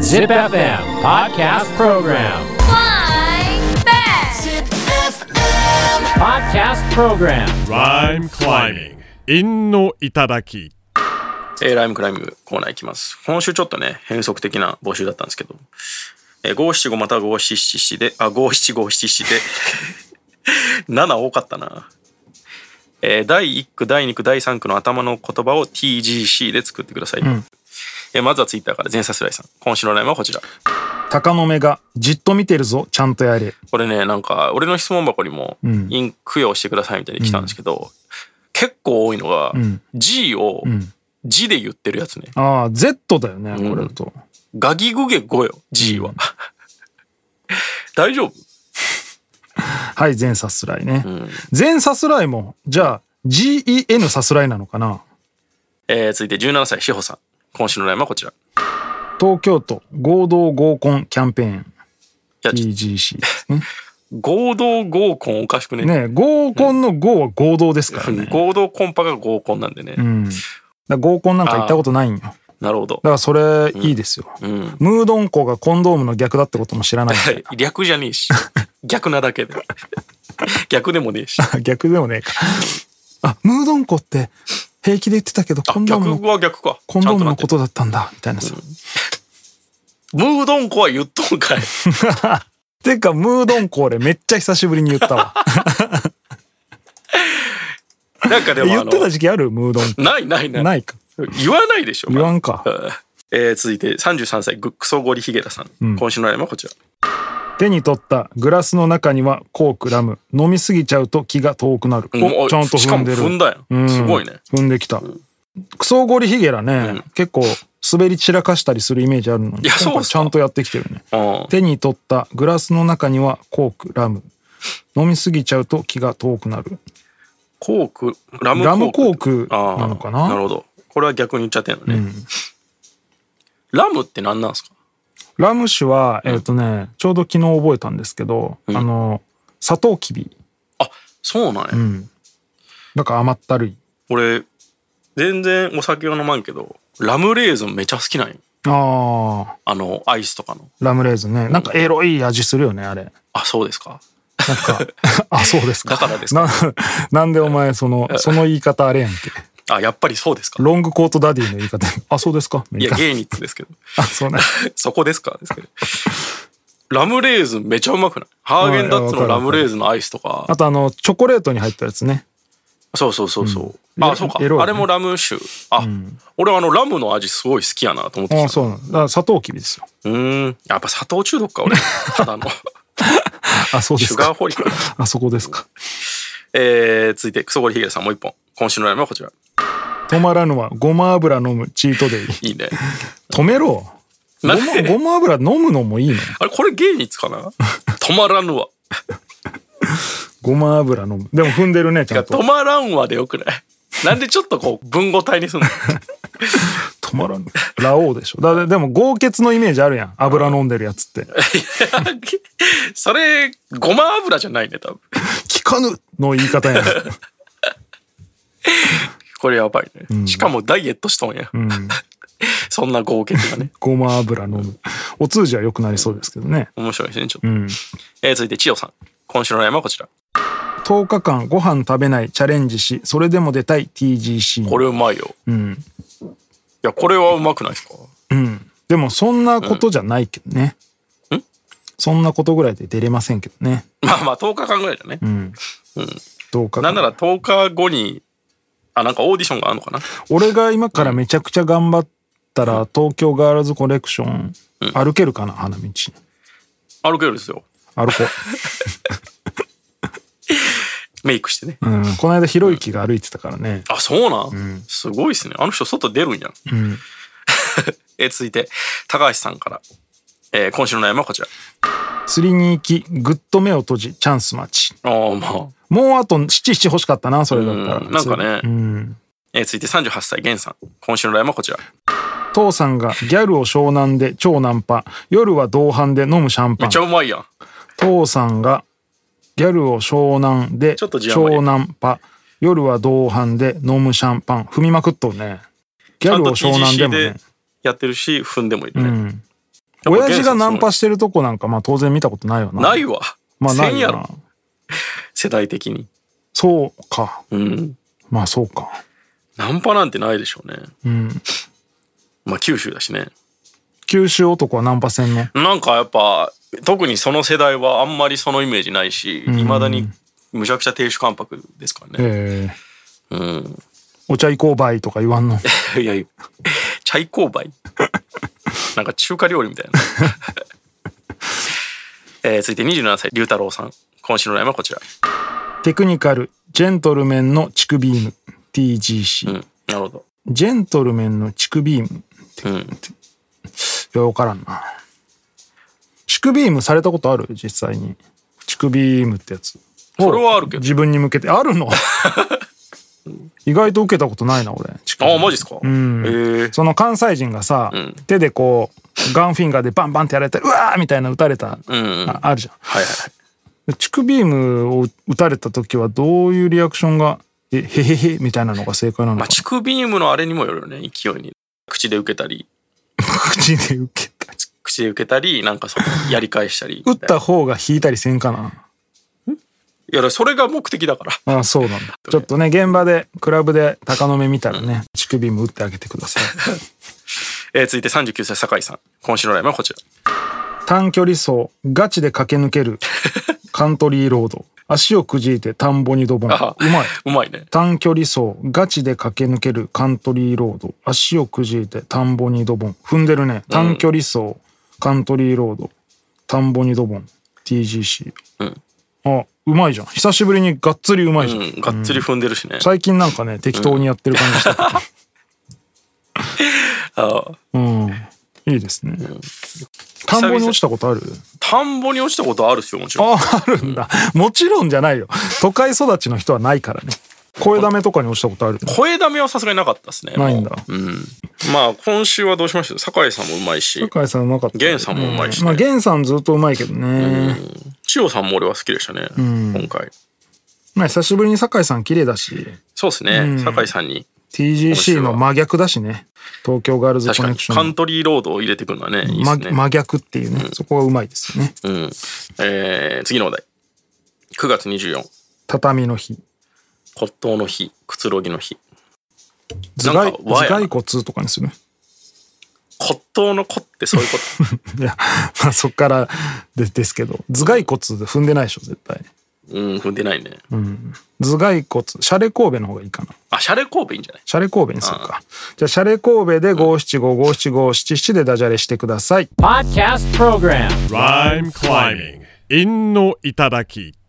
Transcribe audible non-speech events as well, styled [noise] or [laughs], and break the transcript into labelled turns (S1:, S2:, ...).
S1: Zip FM Podcast Program.
S2: Flying back.
S1: Podcast Program.
S3: Rhyme climbing. 陰の頂き。
S4: えーライムクライムコーナーいきます。今週ちょっとね、変則的な募集だったんですけど、えー、5 7 5または5 7 7で、あ、5 7 5 7 [laughs] 7で、7多かったな。えー第1区、第2区、第3区の頭の言葉を TGC で作ってください。えーまずはツイッターから、前さすらいさん。今週のライムはこちら。
S5: 鷹の目がじっと見てるぞちゃんとやれ
S4: これね、なんか、俺の質問箱にも、
S5: ん
S4: イン供養してくださいみたいに来たんですけど、結構多いのが、
S5: ん
S4: G を
S5: ん
S4: 字で言ってるやつね。
S5: ああ Z だよねこれだと、
S4: ガギグゲゴよ、G は。 [laughs] 大丈夫
S5: はい全さすらいね、全さすらいもじゃあ GEN さすらいなのかな
S4: えー、続いて17歳、しほさん。今週のラインはこちら。い
S5: 東京都合同合コンキャンペーン
S4: や、ちょ
S5: TGC ですね
S4: 合同合コンおかしくね。
S5: ね合コンの合は合同ですからね、
S4: [laughs] 合同コンパが合コンなんでね。
S5: うん、だから合コンなんか行ったことないんよだか
S4: なるほど。
S5: らそれいいですよ、
S4: うん。 [laughs]
S5: ムードンコがコンドームの逆だってことも知らない
S4: 略じゃねえ
S5: [laughs]
S4: し。逆なだけで。 [laughs] 逆でもねえし。
S5: [laughs] 逆でもねえかあムードンコって平気で言ってたけど
S4: あ
S5: コンドームの
S4: 逆は逆か。
S5: コンドームの
S4: ちゃ
S5: こ
S4: んと
S5: とだったんだみたいなさ、
S4: なってる。ムードンコは言っとん
S5: [laughs]
S4: かい。
S5: てかムードンコ俺めっちゃ久しぶりに言ったわ
S4: なん [laughs] かでも
S5: 言
S4: あ
S5: ってた
S4: の、
S5: 時期あるムードン
S4: ないないない。
S5: ないか
S4: 言わないでしょ。
S5: 言わんか
S4: うんえー、続いて33歳、グックソゴリヒゲラさん。今週のラインはこちら。
S5: 手に取ったグラスの中にはコークラム飲みすぎちゃうと気が遠くなる、
S4: うん
S5: お
S4: あ
S5: ちゃんと踏んでる
S4: しかも踏んだやん
S5: う
S4: すごいね
S5: 踏んできた、クソゴリヒゲラね、
S4: ん
S5: 結構滑り散らかしたりするイメージあるのに
S4: いやそうっすか
S5: 今回ちゃんとやってきてるね
S4: うん
S5: 手に取ったグラスの中にはコークラム飲みすぎちゃうと気が遠くなる
S4: コーク、ラムコーク。
S5: ラムコーク
S4: ああ
S5: なのかな
S4: なるほど。これは逆に言っちゃってんのね。ラムって何なんですか
S5: ラム酒は、えっ、とねちょうど昨日覚えたんですけど、あのサトウキビ
S4: あ、そうなんや。
S5: なんか甘ったるい
S4: 俺、全然お酒は飲まんけど、ラムレーズンめちゃ好きなんよ。
S5: あ
S4: あの、アイスとかの。
S5: ーラムレーズンねなんかエロい味するよねあれ
S4: あ、そうですか。
S5: な
S4: [laughs]
S5: んかあそうですか
S4: だからです
S5: ななんでお前そのその言い方あれやんけ
S4: あ、やっぱりそうですか。
S5: ロングコートダディの言い方あそうですか
S4: いや、
S5: みた
S4: ゲイニッツですけど。 [laughs]
S5: あそうね
S4: そこですかですけど。ラムレーズンめちゃうまくないハーゲンダッツのラムレーズンのアイスとか
S5: あ。とあのチョコレートに入ったやつね
S4: そうそうそうそう。
S5: ん
S4: あ、そうか。
S5: エロいね
S4: あれもラム酒。あ、俺はあのラムの味すごい好きやなと思ってき
S5: あ
S4: た
S5: あ。そうなんだからサトウキビですよ
S4: うーん。やっぱ砂糖中毒か、
S5: [laughs]
S4: 俺。ただの。
S5: あそうで
S4: シ
S5: す
S4: ュガー
S5: か
S4: ホリックだ。
S5: あそこですか
S4: えー、続いて、クソゴリヒゲさんもう一本。今週のライブはこちら。
S5: 止まらぬはごま油飲むチートデイ
S4: いいね。
S5: 止めろご
S4: な
S5: ま
S4: んで
S5: ごま油飲むのもいいの
S4: あれ、これ芸術かな止まらぬわ。
S5: ごま油飲むでも踏んでるねちゃ
S4: 止
S5: んと
S4: まらんわでよくないなんでちょっとこう、文語体にすんの [laughs]
S5: 止まらぬラオウでしょだからでも豪傑のイメージあるやん油飲んでるやつって
S4: それ、ごま油じゃないね、多分。
S5: 効かぬの言い
S4: [laughs]
S5: 方やん、
S4: これやばいね。しかもダイエットしとんや。
S5: うん、
S4: そんな豪傑がね。
S5: ごま油飲むお通じは良くなりそうですけどね
S4: 面白いですね、ちょっと。
S5: うん
S4: えー、続いて、千代さん。今週のライブはこちら。
S5: 10日間ご飯食べないチャレンジしそれでも出たい TGC
S4: これうまいよ。
S5: うん、
S4: いや、これはうまくないですか
S5: うん、でもそんなことじゃないけどね、
S4: うん
S5: そんなことぐらいで出れませんけどね
S4: まあまあ、10日間ぐらいだね。
S5: うん、10日間
S4: なんなら10日後に、あ、なんかオーディションがあるのかな
S5: 俺が今からめちゃくちゃ頑張ったら東京ガールズコレクション歩けるかな花道
S4: 歩けるですよ。
S5: 歩こ
S4: メイクしてね。 [laughs]
S5: う、うん、この間ひろゆきが歩いてたからね
S4: あ、そうなん、すごいですね。あの人外出るんやん。 [laughs] え、続いて、高橋さんから。えー今週の悩みはこちら。
S5: 釣りに行きぐっと目を閉じチャンス待ち
S4: ああ、まあ。
S5: もうあと77欲しかったなそれだったら、
S4: うんなんかね
S5: うん
S4: えー続いて38歳、源さん。今週の悩みはこちら。
S5: 父さんがギャルを湘南で超ナンパ夜は同伴で飲むシャンパ
S4: め
S5: ン
S4: っちゃうまいやん。
S5: 父さんがギャルを湘南で
S4: ちょっと字余り
S5: 湘南パ夜は同伴で飲むシャンパン踏みまくっとるねギャルを湘南でも
S4: ちゃん
S5: ね
S4: と TGC やってるし、踏んでもいるね。
S5: ん
S4: やっぱ
S5: 親父がナンパ
S4: 原
S5: してるとこなんか、まあ当然見たことないよな。
S4: さんないわ。
S5: まあな
S4: せん
S5: い
S4: や
S5: よ
S4: ろ
S5: な。。
S4: 世代的に。
S5: そうか。
S4: うん。
S5: まあそうか。
S4: ナンパなんてないでしょうね。
S5: うん。
S4: まあ九州だしね。
S5: 九州男はナンパせんの。
S4: なんかやっぱ、特にその世代はあんまりそのイメージないし、いまだにむちゃくちゃ亭主関白ですからね。
S5: ええ
S4: うん。 [laughs]
S5: お茶行こうばいとか言わんの。
S4: いやいや、チャイコーバイ。なんか中華料理みたいな。 [laughs] えー続いて27歳、龍太郎さん。今週のラインはこちら。
S5: テクニカル、ジェントルメンのチクビーム。TGC、
S4: うん。なるほど。
S5: ジェントルメンのチクビーム。
S4: うん。
S5: いや、わからんな。チクビームされたことある実際に。チクビームってやつ。
S4: それはあるけど。
S5: 自分に向けて。あ
S4: [laughs]
S5: るの意外と受けたことないな、俺。チクビーム
S4: ああ、マジっすか。うん。えー
S5: その関西人がさ、
S4: ん
S5: 手でこうガンフィンガーでバンバンってやられてうわーみたいな打たれた、
S4: うんうん。はい
S5: ああるじゃん
S4: はいはい。
S5: でチクビームを打たれた時はどういうリアクションが「えへへへ」みたいなのが正解なの
S4: ま
S5: か
S4: あ、チクビームのあれにもよるよね、勢いに。口で受けたり、
S5: 口で受けた
S4: 口で受けたり、なんかそ
S5: [laughs]
S4: の、やり返したり。
S5: 打った方が引いたりせんかない
S4: や、それが目的だから。
S5: あそうなんだちょっとね現場でクラブで高野目見たらね乳首も打ってあげてください
S4: えー続いて39歳、酒井さん。今週のラインはこちら。
S5: 短距離走ガチで駆け抜けるカントリーロード足をくじいて田んぼにドボンう
S4: あ
S5: まいう
S4: まいね。
S5: 短距離走ガチで駆け抜けるカントリーロード足をくじいて田んぼにドボン踏んでるね短距離走、カントリーロード田んぼにドボン TGC、
S4: うん
S5: あうまいじゃん久しぶりにがっつりうまいじゃん、
S4: うん、がっつり踏んでるしね。
S5: 最近なんかね適当にやってる感じしたけど
S4: あー
S5: うん、いいですね、田んぼに落ちたことある
S4: 田んぼに落ちたことあるっすよ、もちろん。
S5: ああるんだ、もちろんじゃないよ都会育ちの人はないからね声だめとかに落ちたことある
S4: 声だめはさすがになかったですね。
S5: ないんだ
S4: うん。まあ、今週はどうしました酒井さんもうまいし、
S5: 酒井さんなかった
S4: 源さんもうまいしね
S5: まあ源さんずっとうまいけどね、
S4: 千代さんも俺は好きでしたね、今回。
S5: まあ久しぶりに酒井さん綺麗だし、
S4: そうですね、酒井さんに。
S5: TGC の真逆だしね。東京ガールズ
S4: 確
S5: コ
S4: か
S5: ネ
S4: に、
S5: クシ
S4: カ
S5: ョ
S4: ン
S5: ン。
S4: トリーロードを入れてくるのはね、いいです
S5: ま
S4: ね。
S5: 真逆っていうね、そこがうまいですよね。
S4: うん。えー、次のお題。9月24、
S5: 畳の日。
S4: 骨董の日、くつろぎの日。
S5: 頭
S4: なん
S5: 蓋
S4: か和やな
S5: 頭蓋骨とかにする。 [laughs]
S4: 骨董の骨ってそういうこ
S5: いや、まあそっからでですけど、頭蓋骨踏んでないでしょ、絶対。
S4: とうん、踏んでないね。
S5: 頭蓋骨、シャレ神戸の方がいいかな。
S4: あ、シャレ神戸いいんじゃない
S5: シャレ神戸にするか。じゃあ、シャレ神戸で五七五五七五七七でダジャレしてください。
S1: Podcast Program
S3: Rhyme climbing. 韻の頂き。